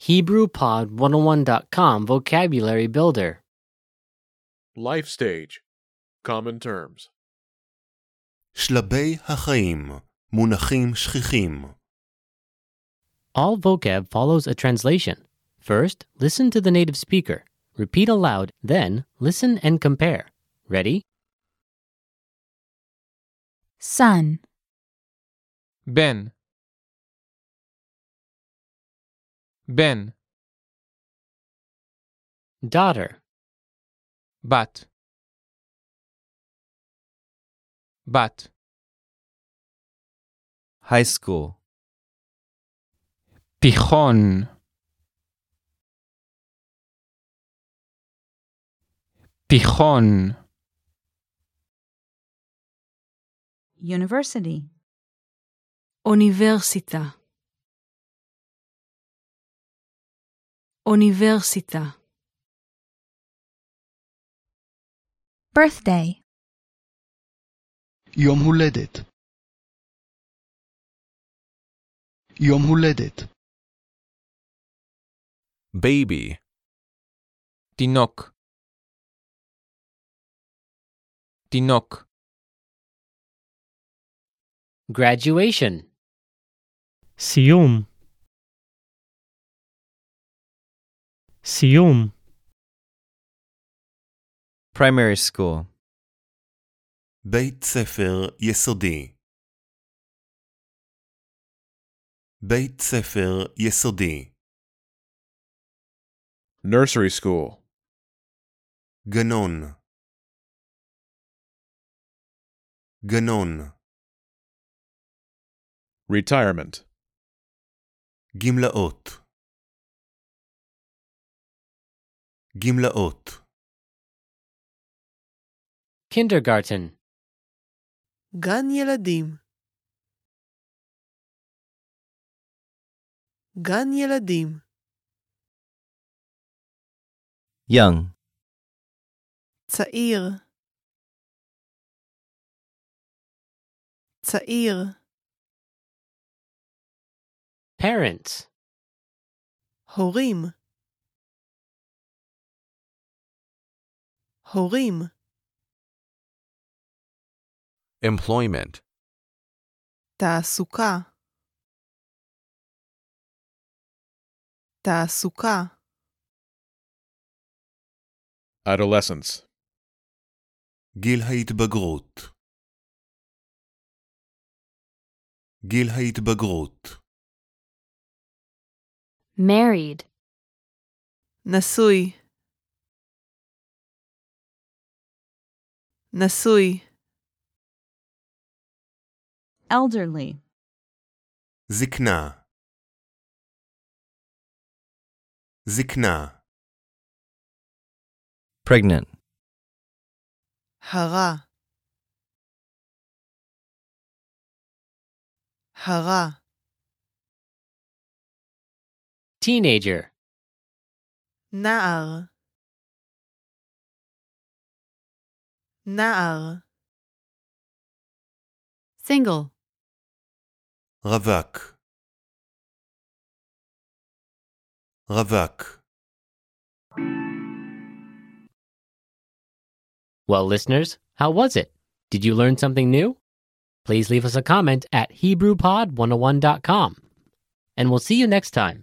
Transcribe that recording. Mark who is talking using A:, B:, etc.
A: HebrewPod101.com Vocabulary Builder.
B: Life stage. Common terms.
C: שלבי החיים, מונחים שכיחים.
A: All vocab follows a translation. First, listen to the native speaker. Repeat aloud, then, listen and compare. Ready?
D: sun,
E: Ben. Ben,
A: Daughter,
E: but. But. High school. Tijon. Tijon.
D: university,
F: אוניברסיטה. אוניברסיטה.
D: birthday,
G: יום הולדת יום הולדת
H: baby,
E: Tinok. Tinok.
A: graduation,
I: סיום סיום
J: primary school,
C: בית ספר יסודי. בית ספר יסודי,
B: Nursery school.
C: גנון. גנון,
B: Retirement.
C: גמלאות. גמלאות,
A: kindergarten,
F: גן ילדים. גן ילדים.
J: young,
F: צעיר. צעיר.
A: parents,
F: הורים. הורים.
H: employment,
F: תעסוקה. תעסוקה.
B: Adolescence.
C: גיל ההתבגרות. גיל ההתבגרות,
D: married,
F: נשוי. נשוי.
D: elderly,
C: זקנה. זקנה,
J: pregnant,
F: הרע. הרע.
A: teenager,
F: נער. נער.
D: single,
C: רווק. רווק.
A: Well, listeners, how was it? Did you learn something new? oh Please leave us a comment at HebrewPod101.com. And we'll see you next time.